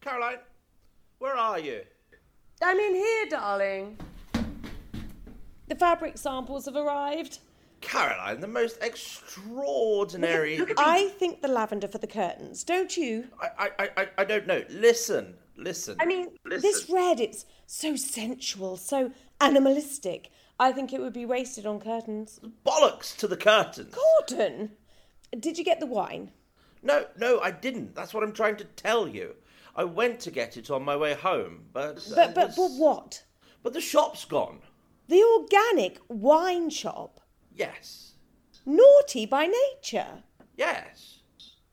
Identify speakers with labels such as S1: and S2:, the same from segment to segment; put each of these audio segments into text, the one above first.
S1: Caroline, where are you?
S2: I'm in here, darling. The fabric samples have arrived.
S1: Caroline, the most extraordinary.
S2: I think the lavender for the curtains, don't you?
S1: I, I, I- I, I don't know. Listen, listen.
S2: I mean,
S1: listen.
S2: this red, it's so sensual, so animalistic. I think it would be wasted on curtains.
S1: bollocks to the curtains.
S2: Gordon! Did you get the wine?
S1: No, no, I didn't. That's what I'm trying to tell you. I went to get it on my way home, but uh,
S2: But, but,
S1: this-
S2: but what?
S1: But the shop's gone.
S2: The organic wine shop.
S1: Yes,
S2: Naughty by nature.
S1: yes.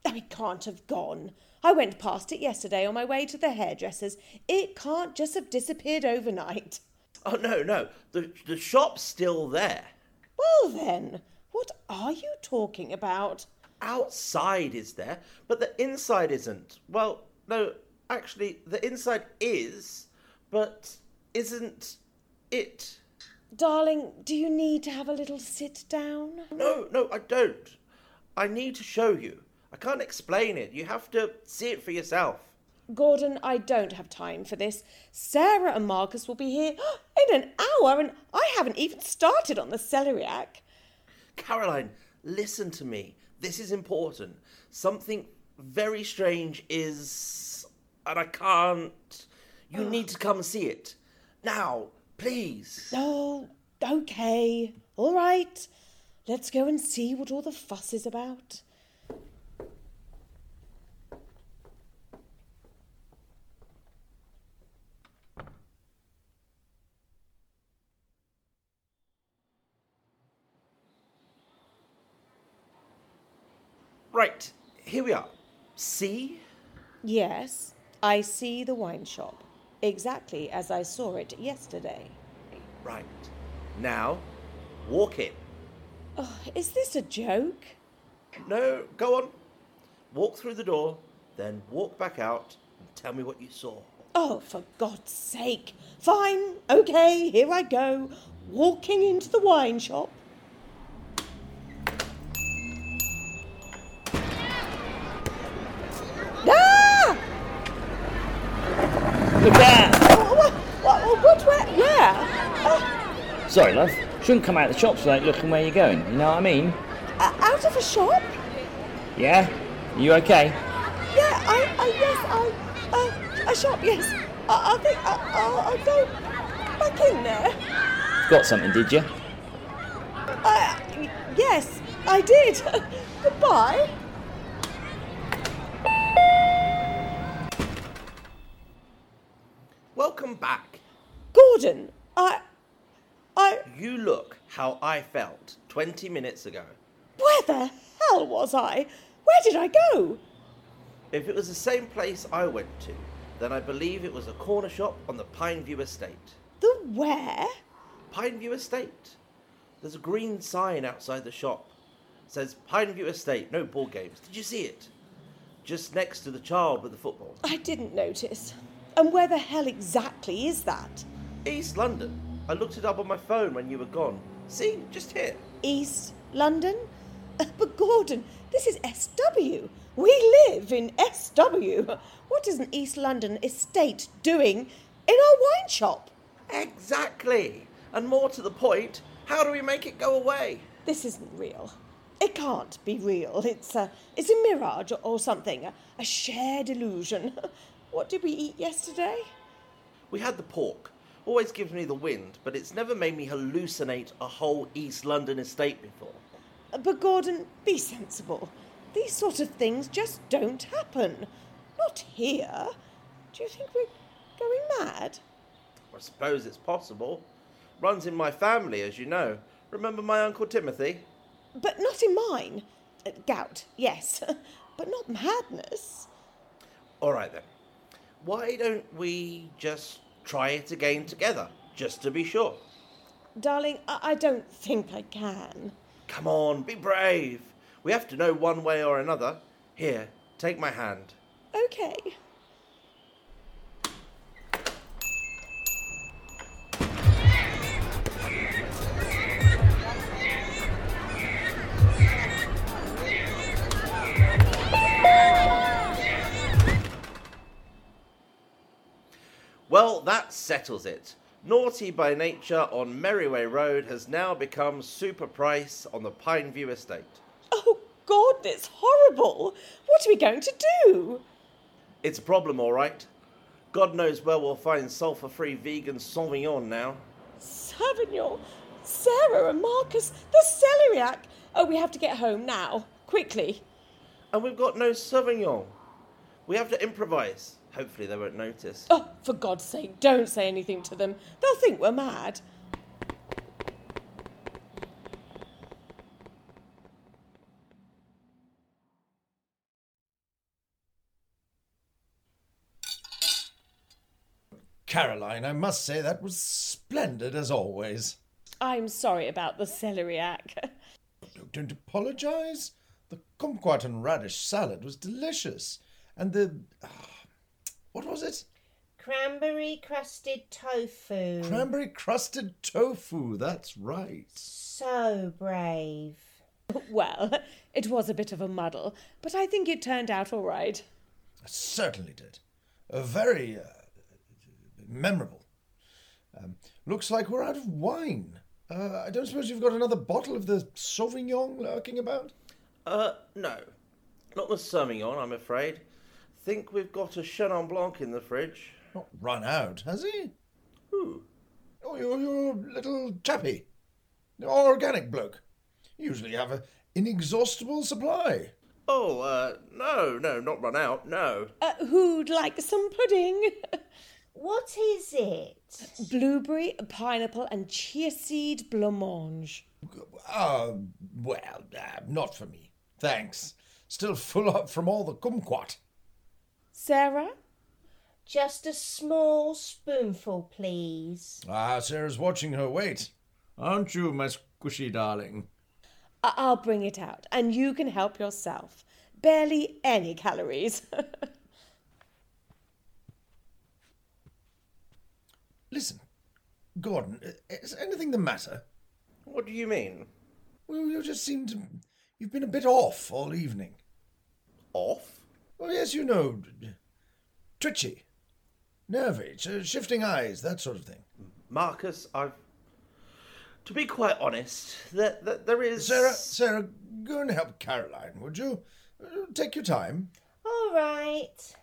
S2: Oh, it can't have gone. I went past it yesterday on my way to the hairdresser's. It can't just have disappeared overnight.
S1: Oh no, no. The the shop's still there.
S2: Well then, what are you talking about?
S1: Outside is there, but the inside isn't. Well, no, actually, the inside is, but isn't it?
S2: Darling, do you need to have a little sit down?
S1: No, no, I don't. I need to show you. I can't explain it. You have to see it for yourself.
S2: Gordon, I don't have time for this. Sarah and Marcus will be here in an hour and I haven't even started on the celeriac.
S1: Caroline, listen to me. This is important. Something very strange is. and I can't. You need to come see it. Now, please.
S2: Oh, okay. All right. Let's go and see what all the fuss is about.
S1: Right, here we are. See?
S2: Yes, I see the wine shop exactly as I saw it yesterday.
S1: Right. Now, walk in.
S2: Oh, is this a joke?
S1: No, go on. Walk through the door, then walk back out and tell me what you saw.
S2: Oh, for God's sake. Fine, okay, here I go. Walking into the wine shop. Ah! What, what, what, where? Where? Ah,
S3: Sorry, love. Shouldn't come out of the shops without looking where you're going. You know what I mean?
S2: uh, out of a shop?
S3: Yeah. You okay?
S2: Yeah, I, I yes, I, uh, a shop, yes. Uh, I, I think I, I'll, I'll go back in there.
S3: Got something, did you?
S2: Uh, yes, I did. Goodbye.
S1: Welcome back.
S2: Gordon, I. I.
S1: You look how I felt 20 minutes ago.
S2: Where the hell was I? Where did I go?
S1: If it was the same place I went to, then I believe it was a corner shop on the Pineview Estate.
S2: The where?
S1: Pineview Estate? There's a green sign outside the shop. It says Pineview Estate, no ball games. Did you see it? Just next to the child with the football.
S2: I didn't notice. And where the hell exactly is that?
S1: East London. I looked it up on my phone when you were gone. See, just here.
S2: East London? Uh, But Gordon, this is SW. We live in SW. What is an East London estate doing in our wine shop?
S1: Exactly. And more to the point, how do we make it go away?
S2: This isn't real. It can't be real. It's a, it's a mirage or something, a, a shared illusion. What did we eat yesterday?
S1: We had the pork. Always gives me the wind, but it's never made me hallucinate a whole East London estate before.
S2: But Gordon, be sensible. These sort of things just don't happen. Not here. Do you think we're going mad?
S1: I suppose it's possible. Runs in my family, as you know. Remember my Uncle Timothy?
S2: but not in mine. Uh, Gout, yes, but not madness.
S1: All right then. Why don't we just try it again together, just to be sure?
S2: Darling, I, I don't think I can.
S1: Come on, be brave. We have to know one way or another. Here, take my hand.
S2: Okay.
S1: Well, that settles it. Naughty by Nature on Merriway Road has now become Super Price on the Pineview Estate.
S2: Oh, God, that's horrible. What are we going to do?
S1: It's a problem, all right. God knows where we'll find sulfur free vegan Sauvignon now.
S2: Sauvignon, Sarah and Marcus, the celeriac. Oh, we have to get home now, quickly.
S1: And we've got no Sauvignon. We have to improvise. Hopefully, they won't notice.
S2: Oh, for God's sake, don't say anything to them. They'll think we're mad.
S4: Caroline, I must say that was splendid as always.
S2: I'm sorry about the celeriac.
S4: Look, Don't apologize. The kumquat and radish salad was delicious. And the. ah, what was it?
S5: Cranberry crusted tofu.
S4: Cranberry crusted tofu. That's right.
S5: so brave.
S2: well, it was a bit of a muddle, but I think it turned out all right.
S4: I certainly did. A very uh, memorable. Um, looks like we're out of wine. Uh, I don't suppose you've got another bottle of the Sauvignon lurking about?
S1: Uh, no. Not the Sauvignon, I'm afraid. Think we've got a Chenin Blanc in the fridge.
S4: Not run out, has he?
S1: Ooh.
S4: Oh, your, your little chappy. The organic bloke. Usually have an inexhaustible supply.
S1: Oh, uh, no, no, not run out, no.
S2: Uh, who'd like some pudding?
S5: What is it?
S2: Blueberry, pineapple, and chia seed blancmange.
S4: Uh, well, uh, not for me. Thanks. Still full up from all the kumquat.
S2: Sarah?
S5: Just a small spoonful, please.
S4: Ah, Sarah's watching her weight. Aren't you, my squishy darling?
S2: I- I'll bring it out, and you can help yourself. Barely any calories.
S4: Listen, Gordon, i- is anything the matter?
S1: What do you mean?
S4: Well, you just seem to. You've been a bit off all evening.
S1: Off?
S4: Oh, yes, you know. d- d- Twitchy. Nervy, sh- shifting eyes, that sort of thing.
S1: Marcus, I've. To be quite honest, there, there, there is.
S4: Sarah, Sarah, go and help Caroline, would you? Uh, Take your time.
S5: All right.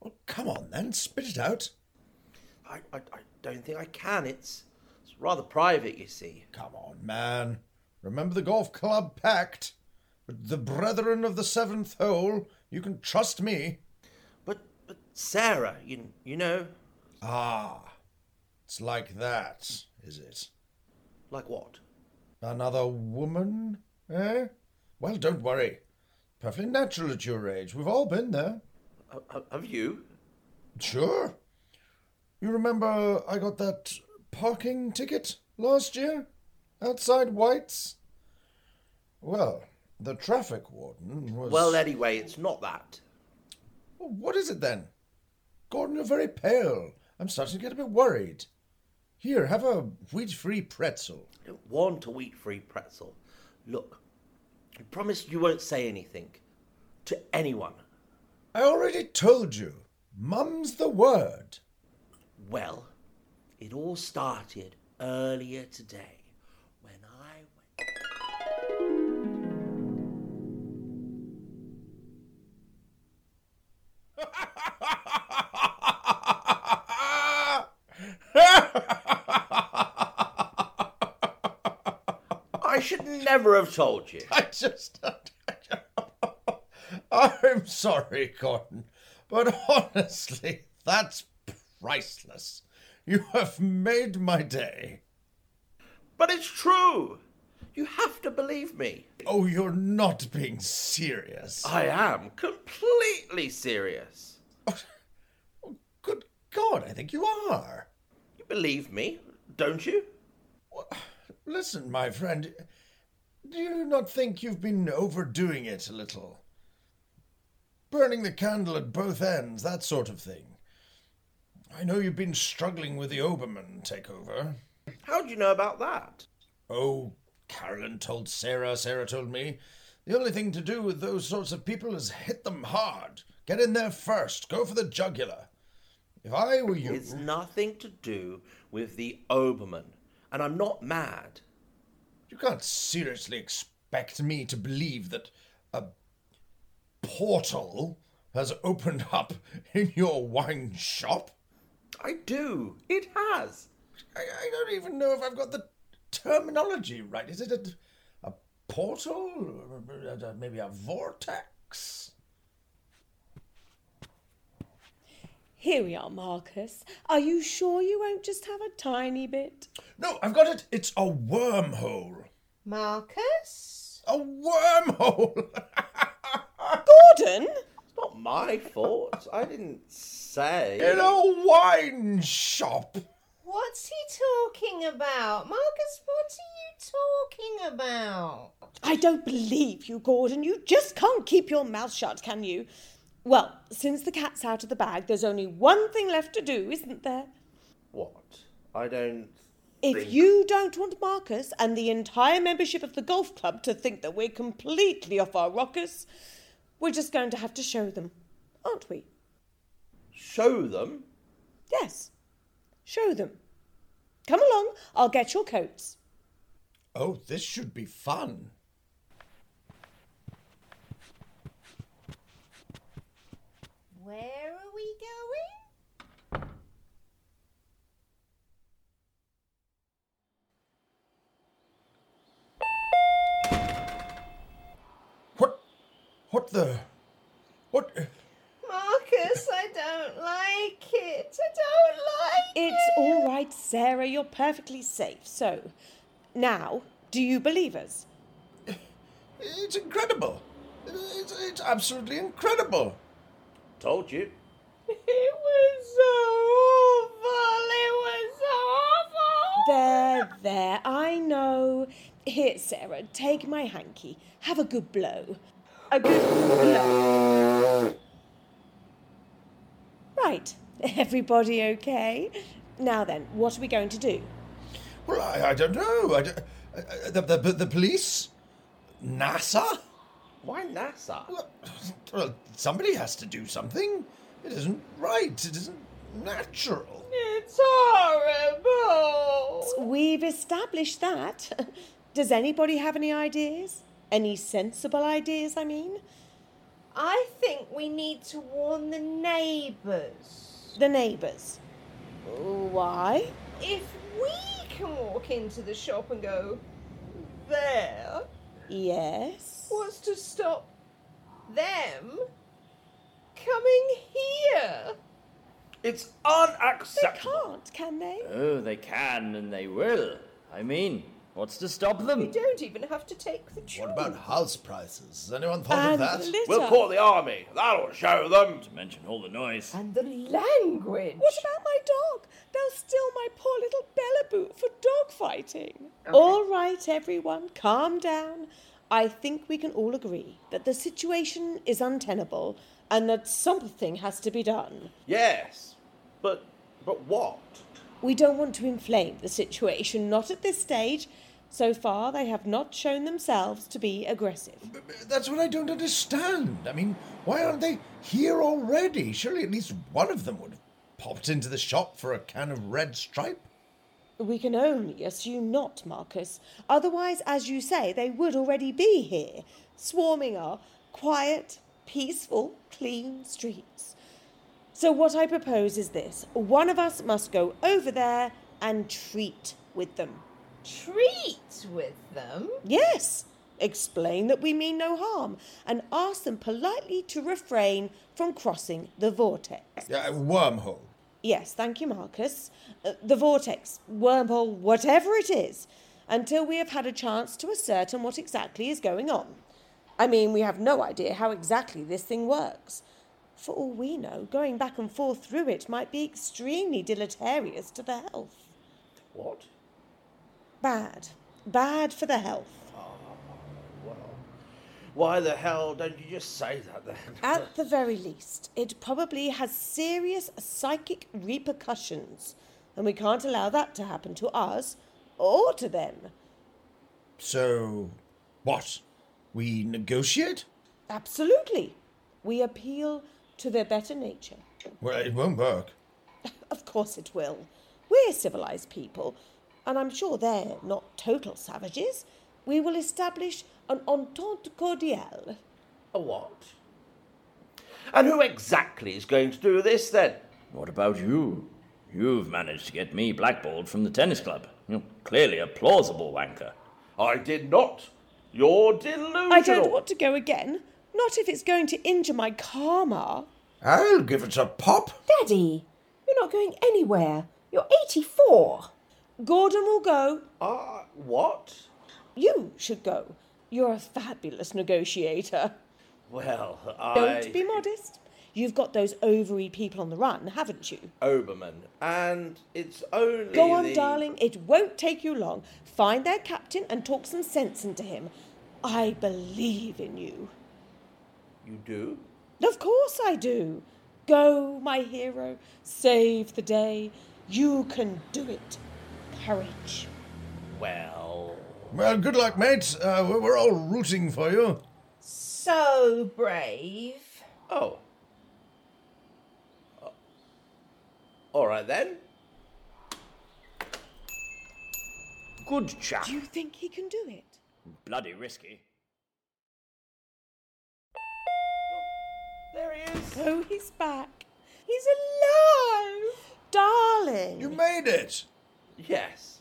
S4: Well, Oh, come on then, spit it out.
S1: I, I, I don't think I can. It's, it's rather private, you see.
S4: Come on, man. Remember the golf club pact. But the brethren of the seventh hole, you can trust me.
S1: But, but Sarah, you, you know,
S4: Ah, it's like that, is it?
S1: like what?
S4: Another woman, eh? Well, don't worry. Perfectly natural at your age. We've all been there.
S1: H- h- Have you?
S4: Sure. You remember I got that parking ticket last year? Outside White's? Well, the traffic warden was.
S1: Well, anyway, it's not that.
S4: What is it then? Gordon, you're very pale. I'm starting to get a bit worried. Here, have a wheat free pretzel.
S1: I don't want a wheat free pretzel. Look, I promise you won't say anything to anyone.
S4: I already told you. Mum's the word.
S1: Well, it all started earlier today when I went. I should never have told you.
S4: I just. I'm sorry, Gordon, but honestly, that's priceless. You have made my day.
S1: But it's true. You have to believe me.
S4: Oh, you're not being serious.
S1: I am completely serious.
S4: Good God, I think you are.
S1: You believe me, don't you?
S4: Listen, my friend, do you not think you've been overdoing it a little? Burning the candle at both ends, that sort of thing. I know you've been struggling with the Obermann takeover.
S1: How do you know about that?
S4: Oh, Carolyn told Sarah, Sarah told me. The only thing to do with those sorts of people is hit them hard. Get in there first. Go for the jugular. If I were you.
S1: It's nothing to do with the Oberman, and I'm not mad.
S4: You can't seriously expect me to believe that a portal has opened up in your wine shop.
S1: I do. It has.
S4: I, I don't even know if I've got the terminology right. Is it a, a portal? Or, uh, Maybe a vortex?
S2: Here we are, Marcus. Are you sure you won't just have a tiny bit?
S4: No, I've got it. It's a wormhole.
S5: Marcus?
S4: A wormhole!
S2: Gordon?
S1: It's not my fault. I didn't say.
S4: in a wine shop!
S5: What's he talking about? Marcus, what are you talking about?
S2: I don't believe you, Gordon. You just can't keep your mouth shut, can you? Well, since the cat's out of the bag, there's only one thing left to do, isn't there?
S1: What? I don't.
S2: If
S1: Think.
S2: you don't want Marcus and the entire membership of the golf club to think that we're completely off our rockers, we're just going to have to show them, aren't we?
S1: Show them.
S2: Yes. Show them. Come along, I'll get your coats.
S4: Oh, this should be fun.
S5: Where are we going?
S4: What? What the? What?
S5: Marcus, I don't like it. I don't like
S2: It's all right, Sarah, you're perfectly safe. So, now, do you believe us?
S4: It's incredible. It's, it's absolutely incredible.
S1: Told you.
S5: It was so awful. It was so awful.
S2: There, there, I know. Here, Sarah, take my hanky. Have a good blow. A good blow. Right, everybody okay? Now then, what are we going to do?
S4: Well, I, I don't know. I don't- uh, uh, the, the, the police? NASA?
S1: Why NASA?
S4: Well, well, somebody has to do something. It isn't right. It isn't natural.
S5: It's horrible.
S2: We've established that. Does anybody have any ideas? Any sensible ideas, I mean?
S5: I think we need to warn the neighbours.
S2: The neighbours. Why?
S5: If we can walk into the shop and go there,
S2: Yes.
S5: what's to stop them coming here?
S1: It's
S2: They
S1: unacceptable.
S2: can't, can they?
S3: Oh, they can and they will. I mean, what's to stop them?
S5: We don't even have to take the train.
S4: What about house prices? Has anyone thought of
S2: And
S4: that?
S2: litter.
S1: We'll call the army. That'll show them.
S3: Mention all the noise.
S5: and the language?
S2: What about my dog? They'll steal my poor little Bellaboo for dog fighting. All right, everyone, calm down. I think we can all agree that the situation is untenable and that something has to be done.
S1: Yes. But but what?
S2: We don't want to inflame the situation, not at this stage. So far, they have not shown themselves to be aggressive.
S4: B- b- That's what I don't understand. I mean, why aren't they here already? Surely at least one of them would have popped into the shop for a can of red stripe.
S2: We can only assume not, Marcus. Otherwise, as you say, they would already be here, swarming our quiet, peaceful, clean streets. So, what I propose is this one of us must go over there and treat with them.
S5: treat with them?
S2: Yes, explain that we mean no harm and ask them politely to refrain from crossing the vortex.
S4: Yeah, a wormhole.
S2: Yes, thank you, Marcus. Uh, the vortex, wormhole, whatever it is. until we have had a chance to ascertain what exactly is going on. I mean, we have no idea how exactly this thing works. For all we know, going back and forth through it might be extremely deleterious to the health.
S1: What?
S2: Bad. Bad for the health.
S1: Why the hell don't you just say that then?
S2: At the very least, it probably has serious psychic repercussions, and we can't allow that to happen to us or to them.
S4: So, what? We negotiate?
S2: Absolutely. We appeal to their better nature.
S4: Well, it won't work.
S2: Of course it will. We're civilized people, and I'm sure they're not total savages. We will establish an entente cordiale.
S1: A what? And who exactly is going to do this then?
S3: What about you? You've managed to get me blackballed from the tennis club. You're clearly a plausible wanker.
S1: I did not. You're delusional.
S2: I don't want to go again. Not if it's going to injure my karma.
S4: I'll give it a pop.
S6: Daddy, you're not going anywhere. You're 84.
S2: Gordon will go.
S1: Ah, what?
S2: You should go. You're a fabulous negotiator.
S1: Well, I.
S2: Don't be modest. You've got those ovary people on the run, haven't you?
S1: Oberman, and it's only.
S2: Go on,
S1: the-
S2: darling. It won't take you long. Find their captain and talk some sense into him. I believe in you.
S1: You do?
S2: Of course I do. Go, my hero. Save the day. You can do it. Courage.
S1: Well.
S4: Well, good luck, mate. Uh, we're- we're all rooting for you.
S5: So brave.
S1: Oh. Uh, All right then.
S3: Good chap.
S2: Do you think he can do it?
S3: Bloody risky.
S1: There he is.
S2: Oh, he's back. He's alive. Darling.
S4: You made it.
S1: Yes.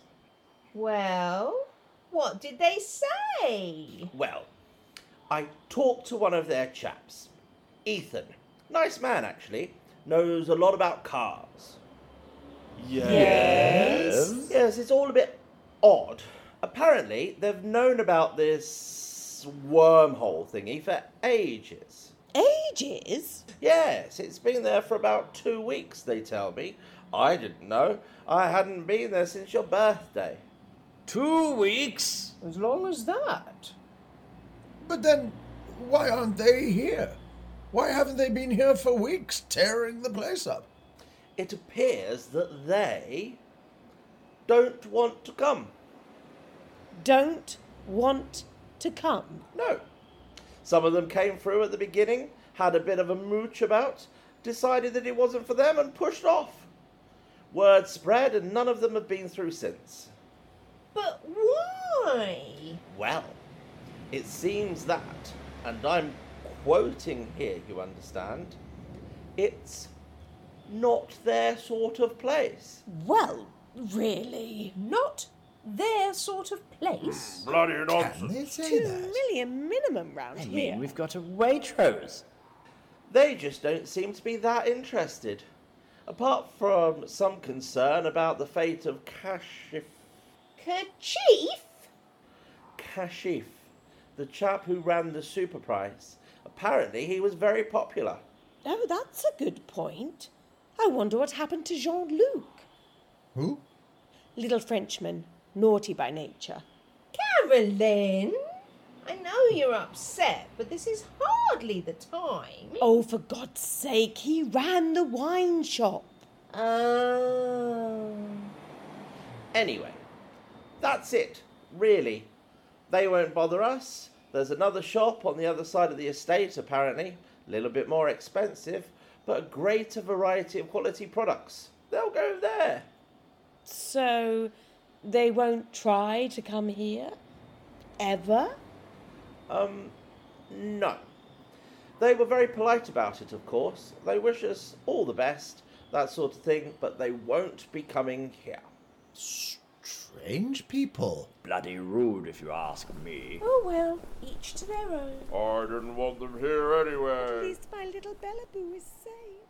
S5: Well, what did they say?
S1: Well, I talked to one of their chaps, Ethan. Nice man, actually. Knows a lot about cars. Yes. Yes, it's all a bit odd. Apparently, they've known about this wormhole thingy for ages.
S2: Ages?
S1: Yes, it's been there for about two weeks, they tell me. I didn't know. I hadn't been there since your birthday.
S3: Two weeks?
S7: As long as that.
S4: But then, why aren't they here? Why haven't they been here for weeks, tearing the place up?
S1: It appears that they don't want to come.
S2: Don't want to come.
S1: No. Some of them came through at the beginning, had a bit of a mooch about, decided that it wasn't for them, and pushed off. Word spread, and none of them have been through since.
S5: But why?
S1: Well, it seems that, and I'm quoting here, you understand, it's not their sort of place.
S6: Well, really?
S7: Not their sort of
S2: Mm,
S7: place.
S1: Bloody
S4: Can they say
S2: Two
S4: that?
S2: million minimum round
S3: I
S2: here.
S3: mean, we've got a Waitrose.
S1: They just don't seem to be that interested. Apart from some concern about the fate of Kashif.
S5: Kerchief?
S1: Kashif, the chap who ran the super price. Apparently, he was very popular.
S2: Oh, that's a good point. I wonder what happened to Jean Luc.
S4: Who?
S2: Little Frenchman, naughty by nature.
S5: Carolyn? I know you're upset, but this is hardly the time.
S2: Oh, for God's sake, he ran the wine shop.
S5: Oh.
S1: Anyway, that's it, really. They won't bother us. There's another shop on the other side of the estate, apparently. A little bit more expensive, but a greater variety of quality products. They'll go there.
S2: So they won't try to come here? Ever?
S1: Um, no. They were very polite about it, of course. They wish us all the best, that sort of thing, but they won't be coming here.
S4: Strange people.
S3: Bloody rude, if you ask me.
S6: Oh, well, each to their own.
S1: I didn't want them here anyway.
S2: At least my little Bellaboo is safe.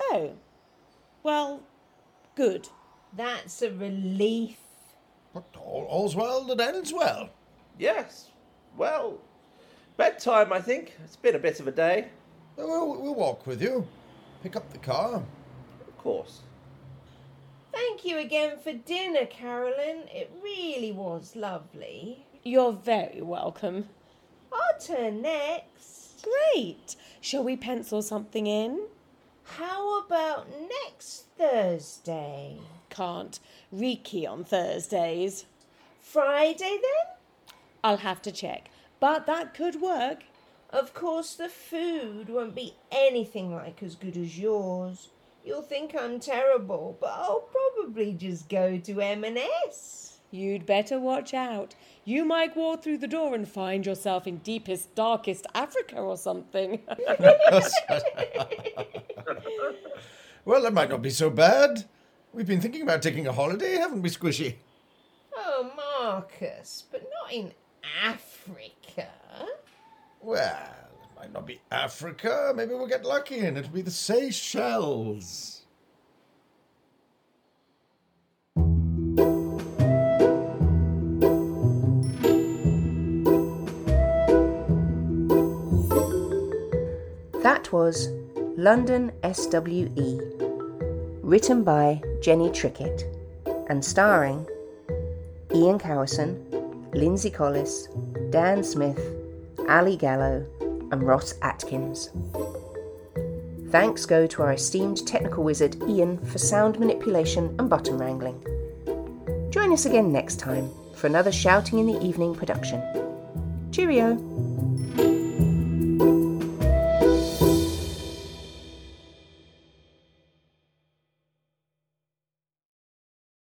S2: Oh, well, good.
S5: That's a relief.
S4: But all, all's well that ends well.
S1: Yes. Well, bedtime, I think. It's been a bit of a day,
S4: We'll, we'll walk with you. Pick up the car.
S1: of course.
S5: Thank you again for dinner, Carolyn. It really was lovely.
S2: You're very welcome.
S5: I'll turn next.
S2: Great. Shall we pencil something in?
S5: How about next Thursday?
S2: Can't. Reiki on Thursdays.
S5: Friday then?
S2: I'll have to check. But that could work.
S5: Of course, the food won't be anything like as good as yours. You'll think I'm terrible, but I'll probably just go to M&S.
S2: You'd better watch out. You might walk through the door and find yourself in deepest, darkest Africa or something.
S4: Well, that might not be so bad. We've been thinking about taking a holiday, haven't we, Squishy?
S5: Oh, Marcus, but not in Africa.
S4: Well, it might not be Africa. Maybe we'll get lucky and it'll be the Seychelles.
S6: That was London SWE, written by Jenny Trickett and starring Ian Cowerson, Lindsay Collis, Dan Smith, Ali Gallo, and Ross Atkins. Thanks go to our esteemed technical wizard Ian for sound manipulation and button wrangling. Join us again next time for another Shouting in the Evening production. Cheerio!